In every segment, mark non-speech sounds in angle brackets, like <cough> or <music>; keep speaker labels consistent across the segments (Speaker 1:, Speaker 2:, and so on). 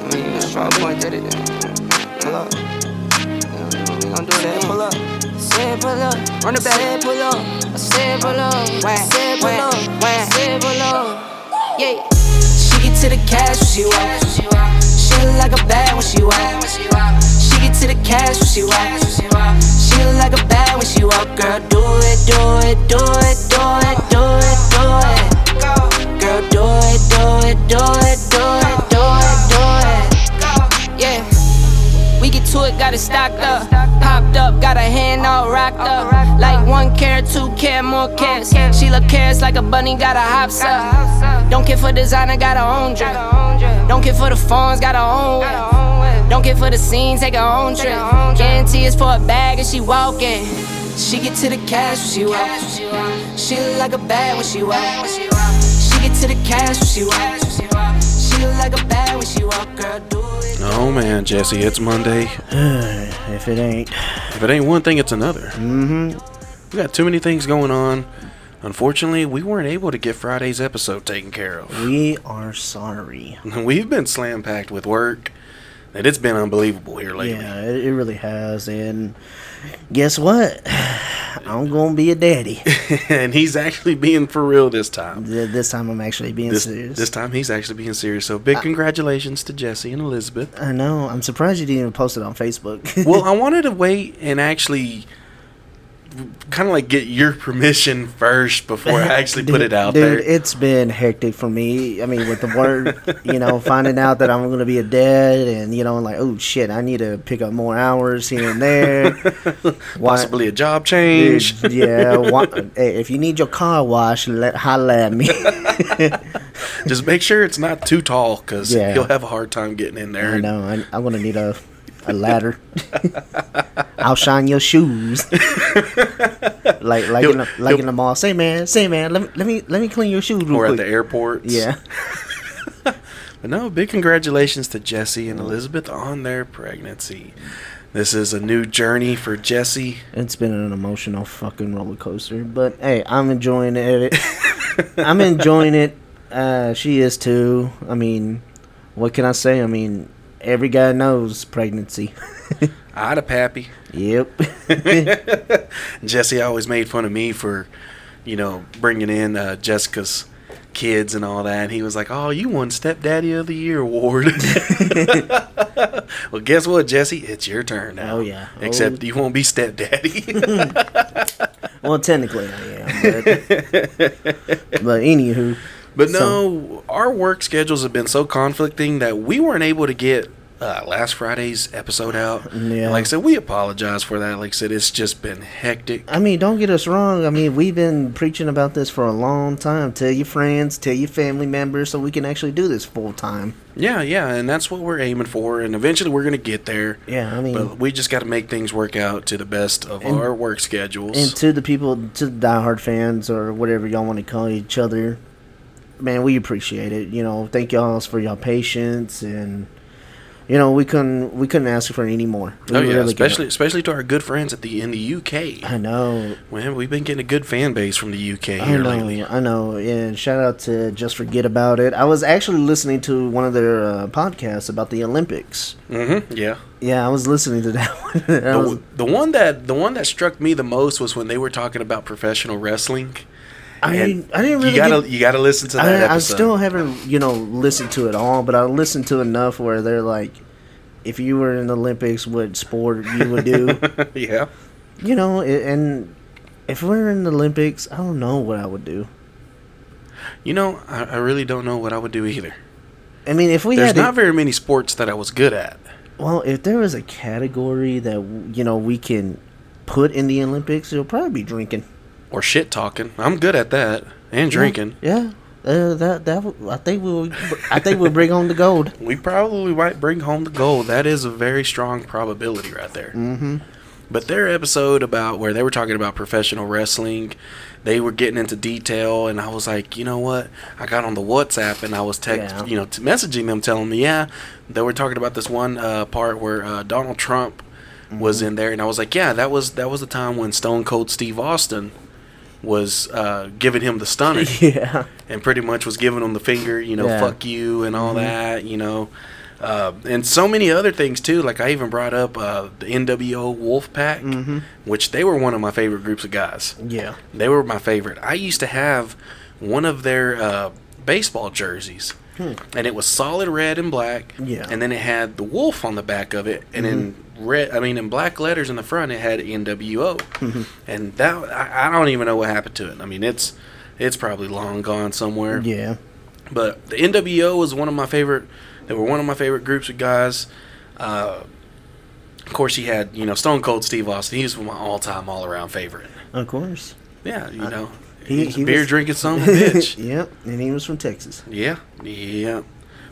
Speaker 1: Fuck boy did it. Pull up. We gon' do that. Pull up.
Speaker 2: Say pull up,
Speaker 1: Run it
Speaker 2: say
Speaker 1: back.
Speaker 2: pull up, say pull up, say pull up, say pull up. Yeah, she get to the cash when she walk. She look like a bag when she walk. She get to the cash when she walk. She look like a bag when she walk. Girl, do it, do it, do it, do it, do it, do it. Girl, do it, do it, do it, do it, do it, do it. Yeah. We get to it, got it stocked up. Popped up, got her hand all rocked up. Like one carrot, two carrot, more carrots. She look carrots like a bunny, got her hops up. Don't care for designer, got her own drip. Don't care for the phones, got her own whip. Don't care for the scene, take her own trip. Guarantee it's for a bag and she walkin'. She get to the cash when she walk. She look like a bag when she walk. She get to the cash when she walk. She look like a bag when she walk. Girl, do it.
Speaker 3: Oh man, Jesse, it's Monday.
Speaker 4: If it ain't,
Speaker 3: If it ain't one thing, it's another. Mm-hmm. We got too many things going on. Unfortunately, we weren't able to get Friday's episode taken care of. <laughs>
Speaker 4: we are sorry.
Speaker 3: We've been slam packed with work, and it's been unbelievable here lately.
Speaker 4: Yeah, it, it really has. And guess what? I'm gonna be a daddy.
Speaker 3: <laughs> and he's actually being for real this time.
Speaker 4: Th- this time, I'm actually being
Speaker 3: This,
Speaker 4: serious.
Speaker 3: this time, he's actually being serious. So, big congratulations to Jesse and Elizabeth.
Speaker 4: I know. I'm surprised you didn't even post it on Facebook.
Speaker 3: well, I wanted to wait and actually kind of like get your permission first
Speaker 4: <laughs>
Speaker 3: before I actually put it out
Speaker 4: dude,
Speaker 3: there.
Speaker 4: it's been hectic for me. I mean, with the work, you know, finding out that I'm gonna be a dad, and you know, like, oh shit, I need to pick up more hours here
Speaker 3: <laughs>
Speaker 4: and there. Why-
Speaker 3: Possibly a job
Speaker 4: Dude,
Speaker 3: change.
Speaker 4: yeah. Wa- <laughs> hey, if you need your car washed, let holla
Speaker 3: <laughs>
Speaker 4: at me.
Speaker 3: Just make sure it's not too tall because
Speaker 4: Yeah.
Speaker 3: you'll have a hard time getting in there.
Speaker 4: I know. I, I'm gonna need a a ladder.
Speaker 3: <laughs>
Speaker 4: I'll shine your shoes. like like in the,
Speaker 3: He'll-
Speaker 4: like
Speaker 3: he'll-
Speaker 4: in the mall. Say man, say man. Let me let me let me clean your shoes real
Speaker 3: Or at
Speaker 4: quick. <laughs>
Speaker 3: the airports.
Speaker 4: Yeah.
Speaker 3: But no, big congratulations to Jesse and Elizabeth on their pregnancy. This is a new journey for Jesse.
Speaker 4: It's been an emotional fucking roller coaster, but hey, I'm
Speaker 3: <laughs>
Speaker 4: enjoying it. I'm enjoying it. Uh, she is too. I mean, what can I say? I mean, every guy knows pregnancy. <laughs>
Speaker 3: I'd a pappy.
Speaker 4: yep.
Speaker 3: Jesse always made fun of me for, you know, bringing in uh, Jessica's kids and all that. And he was like, "Oh, you won Stepdaddy of the Year award."
Speaker 4: <laughs>
Speaker 3: <laughs> well, guess what, Jesse? It's your turn now.
Speaker 4: Oh, yeah.
Speaker 3: Except
Speaker 4: Oh.
Speaker 3: you won't be stepdaddy. <laughs>
Speaker 4: well, technically I am, but, but anywho,
Speaker 3: but
Speaker 4: So-
Speaker 3: no, our work schedules have been so conflicting that we weren't able to get. Uh, last Friday's episode out.
Speaker 4: Yeah.
Speaker 3: Like I said, we apologize for that. Like I said, it's just been hectic.
Speaker 4: I mean, don't get us wrong. I mean, we've been preaching about this for a long time. Tell your friends, tell your family members, so we can actually do this full time.
Speaker 3: Yeah, yeah, and that's what we're aiming for, and eventually we're gonna get there.
Speaker 4: Yeah, I mean-
Speaker 3: but we just got to make things work out to the best of our work schedules.
Speaker 4: And to the people, to the diehard fans or whatever y'all want to call each other, man, we appreciate it. You know, thank y'all for y'all patience, and you know, we couldn't we couldn't ask for any more. We
Speaker 3: oh yeah,
Speaker 4: really couldn't.
Speaker 3: especially especially to our good friends at the in the UK.
Speaker 4: I know,
Speaker 3: Man, we've been getting a good fan base from the UK
Speaker 4: I
Speaker 3: here
Speaker 4: know,
Speaker 3: lately.
Speaker 4: I know. And shout out to just forget about it. I was actually listening to one of their uh, podcasts about the Olympics.
Speaker 3: Mm-hmm. Yeah.
Speaker 4: Yeah, I was listening to <laughs> that one. I
Speaker 3: The,
Speaker 4: was-
Speaker 3: w- the one that the one that struck me the most was when they were talking about professional wrestling.
Speaker 4: I,
Speaker 3: And
Speaker 4: I didn't really.
Speaker 3: you gotta
Speaker 4: get-
Speaker 3: you gotta listen to that
Speaker 4: I, I
Speaker 3: episode.
Speaker 4: still haven't, you know, listened to it all, but I listened to enough where they're like, if you were in the Olympics, what sport you
Speaker 3: <laughs>
Speaker 4: would do,
Speaker 3: yeah.
Speaker 4: you know, a- and if we are in the Olympics, I don't know what I would do.
Speaker 3: You know, I, I really don't know what I would do either.
Speaker 4: I mean, if we
Speaker 3: There's
Speaker 4: had,
Speaker 3: not
Speaker 4: a,
Speaker 3: very many sports that I was good at.
Speaker 4: well, if there was a category that you know we can put in the Olympics, it'll probably be drinking,
Speaker 3: or shit talking. I'm good at that and drinking.
Speaker 4: Yeah, uh, that that w- I think we will I think we'll bring home the gold. <laughs>
Speaker 3: We probably might bring home the gold. That is a very strong probability right there. Mm-hmm. But their episode about where they were talking about professional wrestling, they were getting into detail, and I was like, you know what? I got on the WhatsApp and I was text,
Speaker 4: Yeah.
Speaker 3: you know, t- messaging them, telling me, yeah, they were talking about this one uh, part where uh, Donald Trump
Speaker 4: Mm-hmm.
Speaker 3: was in there, and I was like, yeah, that was that was the time when Stone Cold Steve Austin was uh, giving him the stunner.
Speaker 4: <laughs> Yeah,
Speaker 3: and pretty much was giving him the finger, you know,
Speaker 4: Yeah.
Speaker 3: fuck you and all that, you know. Uh, and so many other things too. Like I even brought up uh, the NWO Wolfpack, which they were one of my favorite groups of guys.
Speaker 4: Yeah.
Speaker 3: They were my favorite. I used to have one of their uh, baseball jerseys, and it was solid red and black.
Speaker 4: Hmm. Yeah. Mm-hmm.
Speaker 3: And then it had the wolf on the back of it, and in red, I mean, in black letters in the front, it had NWO,
Speaker 4: Mm-hmm.
Speaker 3: and that I, I don't even know what happened to it. I mean, it's it's probably long gone somewhere.
Speaker 4: Yeah.
Speaker 3: But the NWO was one of my favorite. They were one of my favorite groups of guys. Uh, of course, he had you know Stone Cold Steve Austin. He was my all-time, all-around favorite.
Speaker 4: Of course.
Speaker 3: Yeah, you know,
Speaker 4: he-
Speaker 3: he, was
Speaker 4: he
Speaker 3: a beer
Speaker 4: was-
Speaker 3: drinking
Speaker 4: <laughs>
Speaker 3: son of a bitch.
Speaker 4: yep. And he was from Texas.
Speaker 3: yeah, yeah.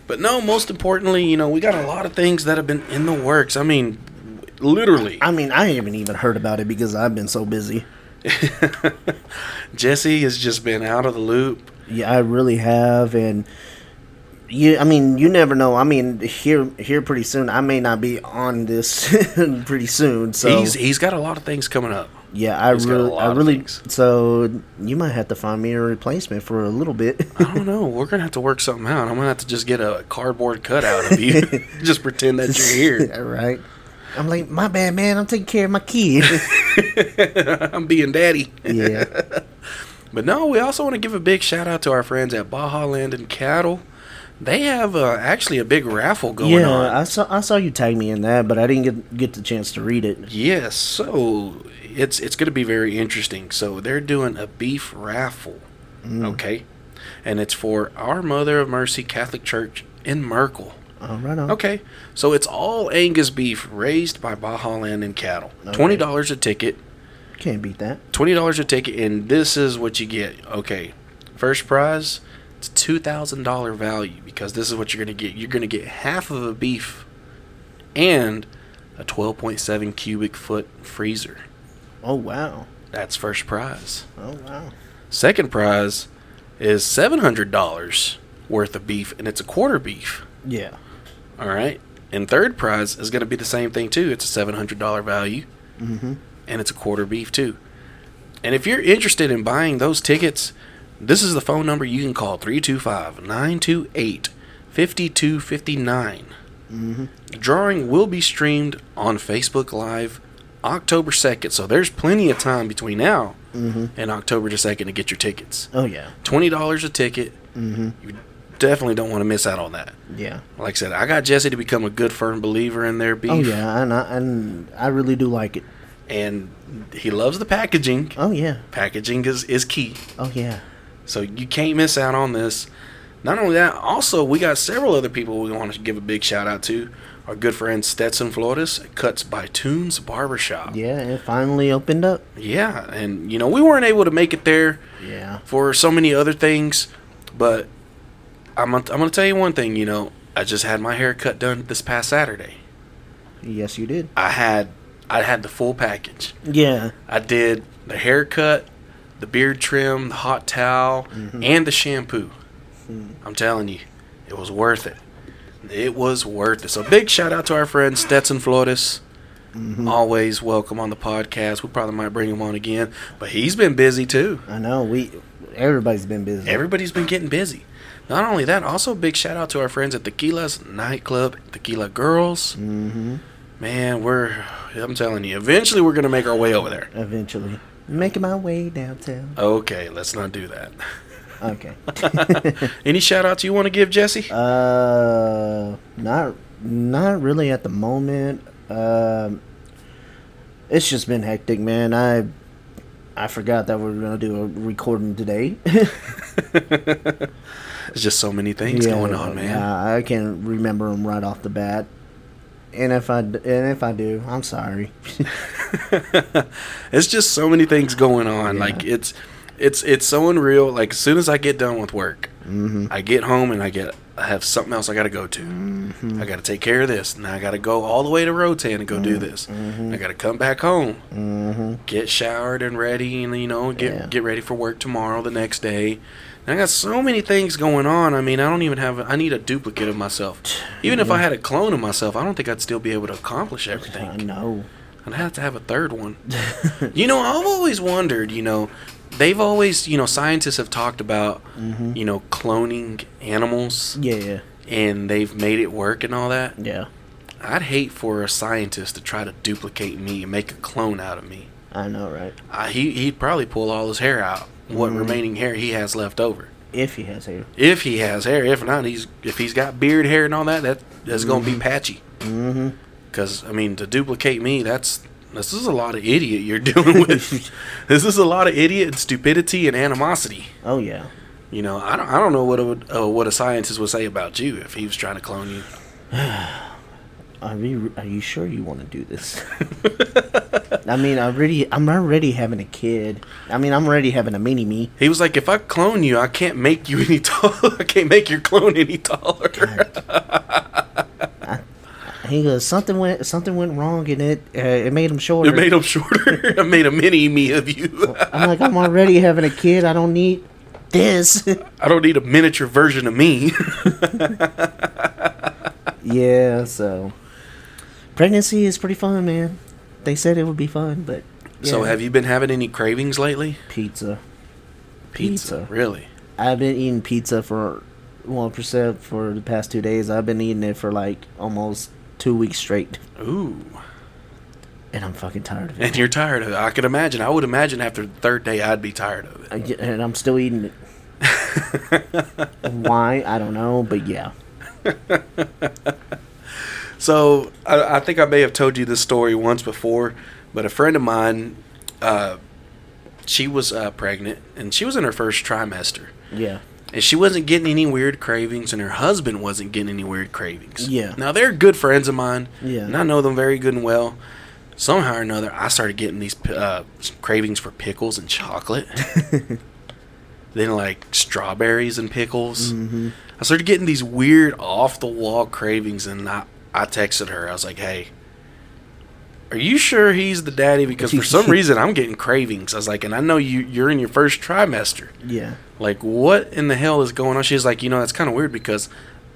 Speaker 3: But no, most importantly, you know, we got a lot of things that have been in the works. I mean, literally,
Speaker 4: I mean, I haven't even heard about it because I've been so busy.
Speaker 3: Jesse has just been out of the loop.
Speaker 4: Yeah, I really have, and you. I mean, you never know. I mean, here, here, pretty soon, I may not be on this <laughs> pretty soon. So
Speaker 3: He's he's got a lot of things coming up.
Speaker 4: yeah, I
Speaker 3: he's got a
Speaker 4: really,
Speaker 3: lot
Speaker 4: I
Speaker 3: of
Speaker 4: really.
Speaker 3: things.
Speaker 4: So you might have to find me a replacement for a little bit.
Speaker 3: <laughs>
Speaker 4: <laughs>
Speaker 3: I don't know. We're gonna have to work something out. I'm gonna have to just get a cardboard cutout of
Speaker 4: <laughs>
Speaker 3: you. just pretend that you're here.
Speaker 4: All right. I'm like, my bad, man. I'm taking care of
Speaker 3: <laughs>
Speaker 4: my kid. <laughs>
Speaker 3: I'm being daddy.
Speaker 4: yeah.
Speaker 3: But no, we also want to give a big shout out to our friends at Baja Land and Cattle. They have uh, actually a big raffle going
Speaker 4: yeah,
Speaker 3: on.
Speaker 4: I saw I saw you tag me in that, but I didn't get get the chance to read it.
Speaker 3: Yes, so it's it's going to be very interesting. So they're doing a beef raffle, okay, and it's for Our Mother of Mercy Catholic Church in Merkel.
Speaker 4: Oh, right on.
Speaker 3: Okay, so it's all Angus beef raised by Baja Land and cattle. Twenty dollars a ticket.
Speaker 4: Can't beat that.
Speaker 3: Twenty dollars a ticket, and this is what you get. Okay, first prize, it's two thousand dollar value because this is what you're gonna get. You're gonna get half of a beef, and a twelve point seven cubic foot freezer.
Speaker 4: Oh wow.
Speaker 3: That's first prize.
Speaker 4: Oh wow.
Speaker 3: Second prize is seven hundred dollars worth of beef, and it's a quarter beef.
Speaker 4: Yeah.
Speaker 3: All right. And third prize is going to be the same thing too. It's a seven hundred dollar value, and it's a quarter beef too. And if you're interested in buying those tickets, this is the phone number you can call 325-928-5259. Drawing will be streamed on Facebook Live October 2nd, so there's plenty of time between now and October the 2nd to get your tickets.
Speaker 4: Oh yeah.
Speaker 3: $20 a ticket. You definitely don't want to miss out on that
Speaker 4: Yeah.
Speaker 3: like I said, I got Jesse to become a good firm believer in their beef,
Speaker 4: Oh yeah, and I and I really do like it.
Speaker 3: and he loves the packaging.
Speaker 4: Oh yeah.
Speaker 3: Packaging is is key,
Speaker 4: Oh yeah.
Speaker 3: so you can't miss out on this. Not only that, also we got several other people we want to give a big shout out to. Our good friend Stetson Flores at Cuts by Tunes Barbershop.
Speaker 4: Yeah, it finally opened up.
Speaker 3: yeah, and you know we weren't able to make it there
Speaker 4: Yeah.
Speaker 3: for so many other things, but I'm gonna- I'm gonna tell you one thing. You know, I just had my hair cut done this past Saturday.
Speaker 4: Yes, you did.
Speaker 3: I had I had the full package.
Speaker 4: Yeah.
Speaker 3: I did the haircut, the beard trim, the hot towel, and the shampoo. I'm telling you, it was worth it. It was worth it. So big shout out to our friend Stetson Flores. Always welcome on the podcast. We probably might bring him on again, but he's been busy too.
Speaker 4: I know. We everybody's been busy.
Speaker 3: Everybody's been getting busy. Not only that, also big shout out to our friends at Tequila's nightclub, Tequila Girls. Mm-hmm. Man, we're I'm telling you, eventually we're gonna make our way over there.
Speaker 4: Eventually. Making my way downtown.
Speaker 3: Okay, let's not do that.
Speaker 4: Okay. <laughs>
Speaker 3: Any shout outs you want to give, Jesse?
Speaker 4: Uh, not not really at the moment. Um, it's just been hectic, man. I I forgot that we were gonna do a recording today. <laughs>
Speaker 3: There's just so many things going on, man.
Speaker 4: yeah, I can't remember them right off the bat. And if I d- and if I do, I'm <laughs> sorry.
Speaker 3: <laughs> It's just so many things going on. Like it's it's it's so unreal. Like as soon as I get done with work,
Speaker 4: Mm-hmm.
Speaker 3: I get home and I get I have something else I got to go to.
Speaker 4: Mm-hmm.
Speaker 3: I got to take care of this. Now I got to go all the way to Rotan and go do this. I got to come back home, get showered and ready, and you know get
Speaker 4: Mm-hmm. Yeah.
Speaker 3: get ready for work tomorrow, the next day. And I got so many things going on. I mean, I don't even have. I need a duplicate of myself. Even if I had a clone of myself, I don't think I'd still be able to accomplish everything.
Speaker 4: I know.
Speaker 3: I'd have to have a third one. you know, I've always wondered, you know, they've always, you know, scientists have talked about, you know, cloning animals,
Speaker 4: Yeah,
Speaker 3: and they've made it work and all that.
Speaker 4: Yeah,
Speaker 3: I'd hate for a scientist to try to duplicate me and make a clone out of me.
Speaker 4: I know, right?
Speaker 3: I, he he'd probably pull all his hair out, what remaining hair he has left over.
Speaker 4: If he has hair.
Speaker 3: If he has hair, if not, he's if he's got beard hair and all that, that that's gonna be patchy.
Speaker 4: Mm-hmm.
Speaker 3: Because I mean, to duplicate me, that's this is a lot of idiot you're <laughs> dealing
Speaker 4: <laughs>
Speaker 3: with. this is a lot of idiot and stupidity and animosity.
Speaker 4: Oh yeah.
Speaker 3: You know, I don't I don't know what a, would- uh, what a scientist would say about you if he was trying to clone you.
Speaker 4: Are you Are you sure you want to do this? <laughs> I mean, I already I'm already having a kid. I mean, I'm already having a mini me.
Speaker 3: He was like, if I clone you, I can't make you <laughs> any taller. I can't make your clone any taller.
Speaker 4: He goes, something went something went wrong, and it uh, it made him shorter.
Speaker 3: It made him shorter. <laughs> I made a mini me of you.
Speaker 4: <laughs>
Speaker 3: <laughs>
Speaker 4: I'm like, I'm already having a kid. I don't need this. <laughs>
Speaker 3: I don't need a miniature version of me. <laughs>
Speaker 4: yeah, so pregnancy is pretty fun, man. They said it would be fun, but
Speaker 3: So,
Speaker 4: yeah.
Speaker 3: have you been having any cravings lately?
Speaker 4: pizza. Pizza.
Speaker 3: really?
Speaker 4: I've been eating pizza for one percent for the past two days. I've been eating it for like almost two weeks straight,
Speaker 3: Ooh,
Speaker 4: and I'm fucking tired of it.
Speaker 3: and you're tired of it. I could imagine. I would imagine after the third day, I'd be tired of it.
Speaker 4: I get- and I'm still eating
Speaker 3: <laughs>
Speaker 4: it. Why? I don't know, but yeah.
Speaker 3: So I, I think I may have told you this story once before, but a friend of mine, uh, she was uh, pregnant and she was in her first trimester,
Speaker 4: Yeah.
Speaker 3: and she wasn't getting any weird cravings, and her husband wasn't getting any weird cravings.
Speaker 4: Yeah.
Speaker 3: Now they're good friends of mine.
Speaker 4: Yeah.
Speaker 3: And I know them very good and well. Somehow or another, I started getting these uh, cravings for pickles and chocolate.
Speaker 4: <laughs>
Speaker 3: then like strawberries and pickles.
Speaker 4: Mm-hmm.
Speaker 3: I started getting these weird off the wall cravings, and I, I texted her. I was like, "Hey, are you sure he's the daddy? Because for
Speaker 4: <laughs>
Speaker 3: some reason, I'm getting cravings." I was like, "And I know you you're in your first trimester.
Speaker 4: Yeah.
Speaker 3: Like, what in the hell is going on?" She's like, "You know, that's kind of weird because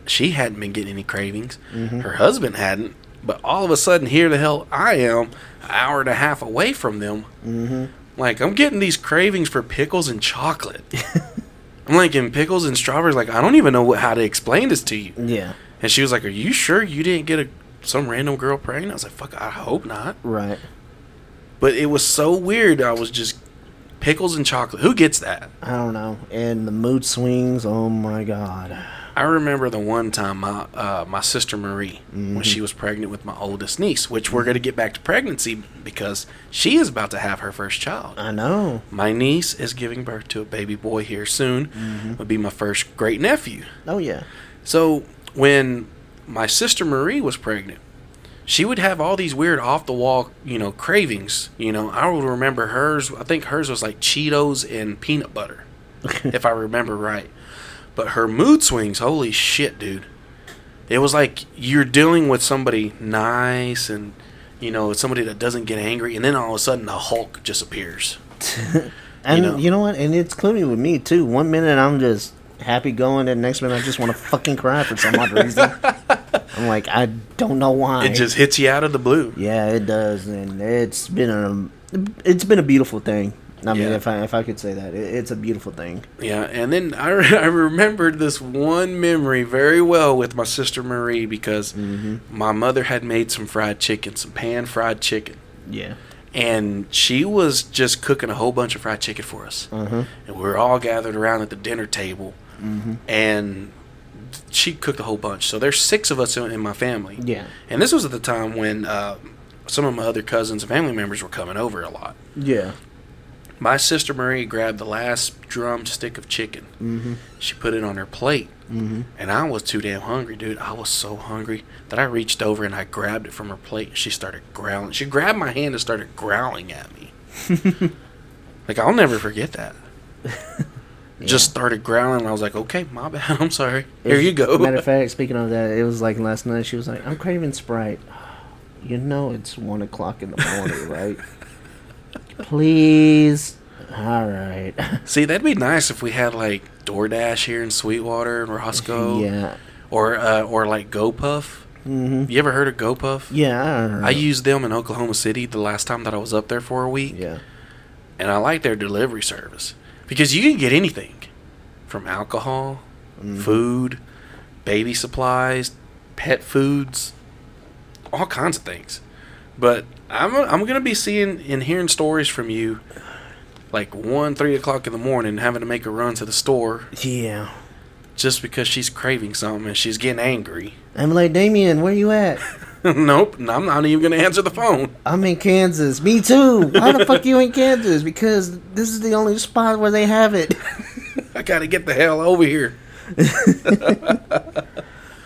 Speaker 3: she hadn't been getting any cravings. Her husband hadn't." But all of a sudden, here the hell I am, an hour and a half away from them. Like, I'm getting these cravings for pickles and chocolate. <laughs> I'm like, and pickles and strawberries, like, I don't even know what, how to explain this to you.
Speaker 4: Yeah.
Speaker 3: And she was like, Are you sure you didn't get a some random girl pregnant? I was like, Fuck, I hope not.
Speaker 4: Right.
Speaker 3: But it was so weird. I was just pickles and chocolate. Who gets that?
Speaker 4: I don't know. And the mood swings. Oh my god.
Speaker 3: I remember the one time my uh, my sister Marie when she was pregnant with my oldest niece, which we're gonna get back to pregnancy because she is about to have her first child.
Speaker 4: I know.
Speaker 3: My niece is giving birth to a baby boy here soon. Would be my first great nephew.
Speaker 4: Oh yeah.
Speaker 3: So when my sister Marie was pregnant, she would have all these weird off the wall, you know, cravings. You know, I would remember hers. I think hers was like Cheetos and peanut butter, if I remember right. But her mood swings, holy shit, dude! It was like you're dealing with somebody nice and, you know, somebody that doesn't get angry, and then all of a sudden the Hulk just appears.
Speaker 4: And you
Speaker 3: know.
Speaker 4: know, what? And it's clearly with me too. One minute I'm just happy going, and next minute I just want to fucking cry for some
Speaker 3: <laughs>
Speaker 4: odd reason. I'm like, I don't know why.
Speaker 3: It just hits you out of the blue.
Speaker 4: yeah, it does, and it's been a it's been a beautiful thing. I mean,
Speaker 3: Yeah.
Speaker 4: if I if I could say that, it, it's a beautiful thing.
Speaker 3: Yeah, and then I, re- <laughs> I remembered this one memory very well with my sister Marie because my mother had made some fried chicken, some pan fried chicken,
Speaker 4: Yeah.
Speaker 3: and she was just cooking a whole bunch of fried chicken for us. And we were all gathered around at the dinner table, and she cooked a whole bunch. So there's six of us in, in my family.
Speaker 4: Yeah.
Speaker 3: And this was at the time when uh, some of my other cousins and family members were coming over a lot.
Speaker 4: Yeah.
Speaker 3: My sister Marie grabbed the last drumstick of chicken. Mm-hmm. She put it on her plate. Mm-hmm. And I was too damn hungry, dude. I was so hungry that I reached over and I grabbed it from her plate. and She started growling. She grabbed my hand and started growling at
Speaker 4: <laughs>
Speaker 3: me. like, I'll never forget that. Just started growling. and I was like, okay, my bad. <laughs> I'm sorry. Here
Speaker 4: If-
Speaker 3: you go.
Speaker 4: <laughs> Matter of fact, speaking of that, it was like last night. She was like, "I'm craving Sprite." <sighs> You know, it's one o'clock in the
Speaker 3: <laughs>
Speaker 4: morning, right? Please. All right.
Speaker 3: <laughs> See, that'd be nice if we had, like, DoorDash here in Sweetwater and Roscoe.
Speaker 4: <laughs> yeah.
Speaker 3: Or, uh, or like, GoPuff. Mm-hmm. You ever heard of GoPuff?
Speaker 4: Yeah. all
Speaker 3: I
Speaker 4: right.
Speaker 3: used them in Oklahoma City the last time that I was up there for a week,
Speaker 4: yeah.
Speaker 3: and I like their delivery service because you can get anything from alcohol, food, baby supplies, pet foods, all kinds of things. But I'm I'm gonna be seeing and hearing stories from you, like one three o'clock in the morning, having to make a run to the store
Speaker 4: Yeah.
Speaker 3: just because she's craving something and she's getting angry. <laughs>
Speaker 4: I'm like, Damien, where you at?
Speaker 3: nope, and I'm not even gonna answer the phone.
Speaker 4: I'm in Kansas. Me too. Why the fuck you in Kansas? Because this is the only spot where they have it.
Speaker 3: I gotta get the hell over here.
Speaker 4: <laughs>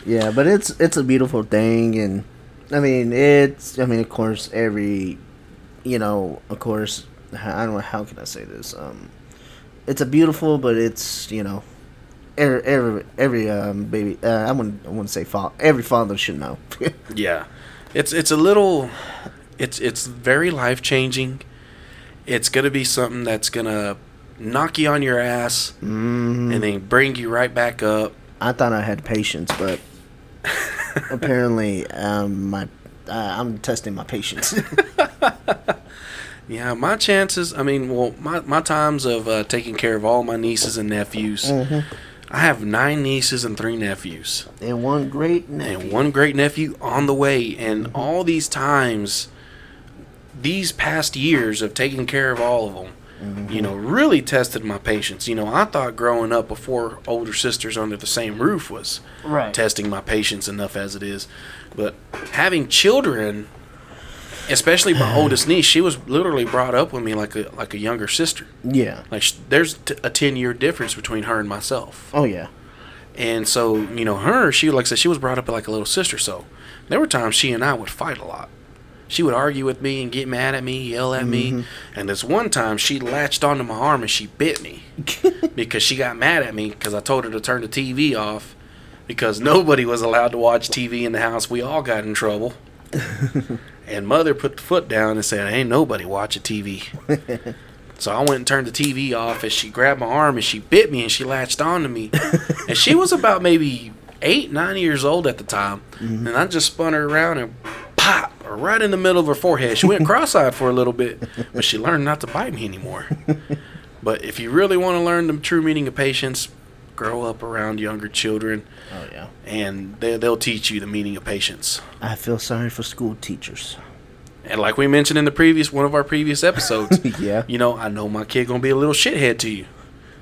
Speaker 4: Yeah, but it's it's a beautiful thing, and I mean it's I mean of course every, you know of course I don't know how can I say this um, it's a beautiful but it's you know, every every every um baby uh, I wouldn't I wouldn't say father every father should know. <laughs>
Speaker 3: Yeah, it's it's a little, it's it's very life changing. It's gonna be something that's gonna knock you on your ass and then bring you right back up.
Speaker 4: I thought I had patience, <laughs> but apparently um my uh, I'm testing my patience. <laughs>
Speaker 3: Yeah, my chances. I mean, well, my my times of uh, taking care of all my nieces and nephews. I have nine nieces and three nephews,
Speaker 4: and one great
Speaker 3: and
Speaker 4: nephew.
Speaker 3: one great nephew on the way. And all these times, these past years of taking care of all of them, you know, really tested my patience. You know, I thought growing up before older sisters under the same roof was
Speaker 4: Right.
Speaker 3: testing my patience enough as it is. But having children, especially my oldest niece, she was literally brought up with me like a like a younger sister.
Speaker 4: Yeah.
Speaker 3: Like sh- there's t- a ten year difference between her and myself.
Speaker 4: Oh yeah.
Speaker 3: And so, you know, her, she like I said, she was brought up like a little sister. So there were times she and I would fight a lot. She would argue with me and get mad at me, yell at me. And this one time, she latched onto my arm and she bit me because she got mad at me because I told her to turn the TV off because nobody was allowed to watch TV in the house. We all got in trouble. and mother put the foot down and said, "Ain't nobody watching TV." So I went and turned the TV off, and she grabbed my arm and she bit me and she latched onto me. and she was about maybe eight, nine years old at the time. And I just spun her around and pop right in the middle of her forehead. She went cross eyed for a little bit, but she learned not to bite me anymore. but if you really want to learn the true meaning of patience, grow up around younger children
Speaker 4: Oh yeah.
Speaker 3: and they, they'll teach you the meaning of patience.
Speaker 4: I feel sorry for school teachers.
Speaker 3: And like we mentioned in the previous one of our previous episodes,
Speaker 4: <laughs> Yeah.
Speaker 3: you know, I know my kid gonna be a little shithead to you.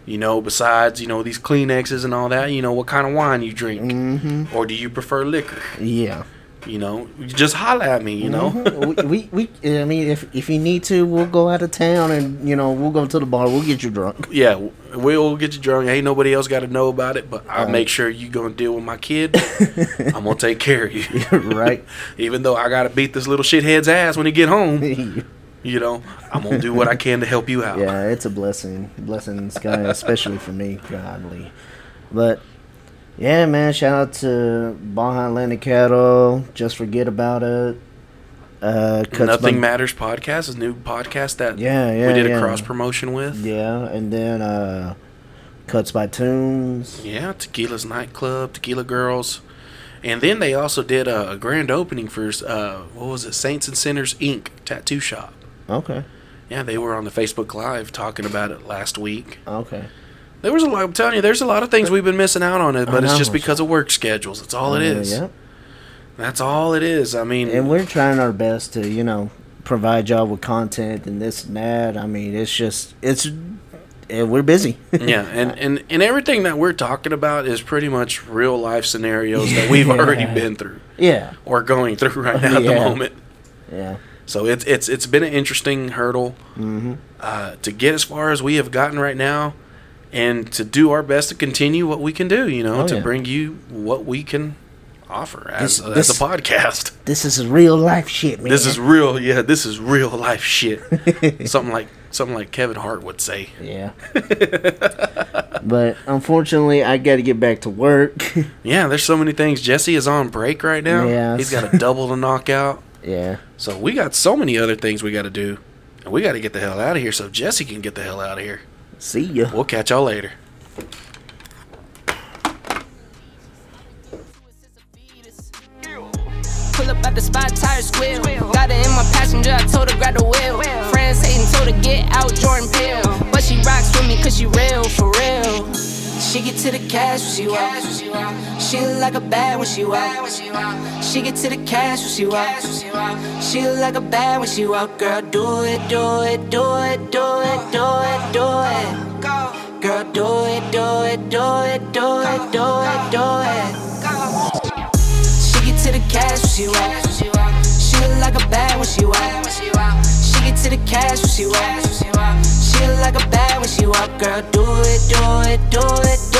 Speaker 3: You know, besides you know these Kleenexes and all that, you know what kind of wine you drink, mm-hmm. or do you prefer liquor?
Speaker 4: Yeah.
Speaker 3: You know, you just holla at me. You
Speaker 4: Mm-hmm.
Speaker 3: know,
Speaker 4: we, we, we, I mean, if if you need to, we'll go out of town and you know we'll go to the bar. We'll get you
Speaker 3: <laughs>
Speaker 4: drunk. <laughs>
Speaker 3: yeah, w- we'll get you drunk. Ain't nobody else got to know about it, but I'll make sure you gonna deal with my
Speaker 4: <laughs>
Speaker 3: kid. I'm gonna take care of you,
Speaker 4: Right.
Speaker 3: <laughs> Even though I gotta beat this little shithead's ass when he get
Speaker 4: <laughs>
Speaker 3: home,
Speaker 4: yeah,
Speaker 3: you know, I'm gonna do what I can to help you out.
Speaker 4: it's a blessing, blessing in sky, especially for me, godly. But yeah, man, shout out to Baja Atlantic Cattle. Just forget about it. Uh, Cuts
Speaker 3: Nothing
Speaker 4: Bun-
Speaker 3: Matters podcast is a new podcast that
Speaker 4: Yeah, yeah,
Speaker 3: we did
Speaker 4: yeah.
Speaker 3: a cross promotion with.
Speaker 4: Yeah, and then uh, cuts by tunes.
Speaker 3: Yeah, Tequila's nightclub, Tequila Girls, and then they also did a, a grand opening for uh, what was it, Saints and Sinners Inc. tattoo shop.
Speaker 4: Okay.
Speaker 3: Yeah, they were on the Facebook Live talking about it last week.
Speaker 4: Okay.
Speaker 3: There was a lot. I'm telling you, there's a lot of things we've been missing out on it, but it's just
Speaker 4: know.
Speaker 3: because of work schedules. That's all it is.
Speaker 4: Yeah.
Speaker 3: That's all it is. I mean,
Speaker 4: and we're trying our best to you know provide y'all with content and this and that i mean it's just it's eh, we're busy <laughs>
Speaker 3: yeah, and, and and everything that we're talking about is pretty much real life scenarios
Speaker 4: <laughs>
Speaker 3: that we've already
Speaker 4: Yeah.
Speaker 3: been through.
Speaker 4: yeah
Speaker 3: or going through right now at the
Speaker 4: Yeah.
Speaker 3: moment.
Speaker 4: yeah
Speaker 3: So it's it's it's been an interesting hurdle
Speaker 4: Mm-hmm.
Speaker 3: uh, to get as far as we have gotten right now, and to do our best to continue what we can do. You know,
Speaker 4: Oh,
Speaker 3: to
Speaker 4: yeah.
Speaker 3: bring you what we can offer as,
Speaker 4: This-
Speaker 3: as
Speaker 4: this-
Speaker 3: a podcast. <laughs>
Speaker 4: this is real life shit man
Speaker 3: This is real, yeah. This is real life
Speaker 4: <laughs>
Speaker 3: shit. something like something like Kevin Hart would say.
Speaker 4: yeah but unfortunately i gotta get back to work <laughs>
Speaker 3: Yeah, there's so many things. Jesse is on break right now.
Speaker 4: Yes.
Speaker 3: he's got a double to knock out.
Speaker 4: yeah
Speaker 3: So we got so many other things we got to do, and we got to get the hell out of here so Jesse can get the hell out of here.
Speaker 4: see ya
Speaker 3: We'll catch y'all later.
Speaker 2: Pull up at the spot, tire squeal. Got it in my passenger, I told her grab the wheel. Friends hating, told her get out, Jordan Peele. But she rocks with me cause she real, for real. She get to the cash when she walk. She look like a bad when she walk. She get to the cash when she walk. She look like a bad when she walk. Girl, do it, do it, do it, do it, do it, do it. Girl, do it, do it, do it, do it, do it, do it. She get to the cash when she walk. She look like a bad when she walk. She get to the cash when she walk. She look like a bad when she walk. Girl, do it, do it, do it, do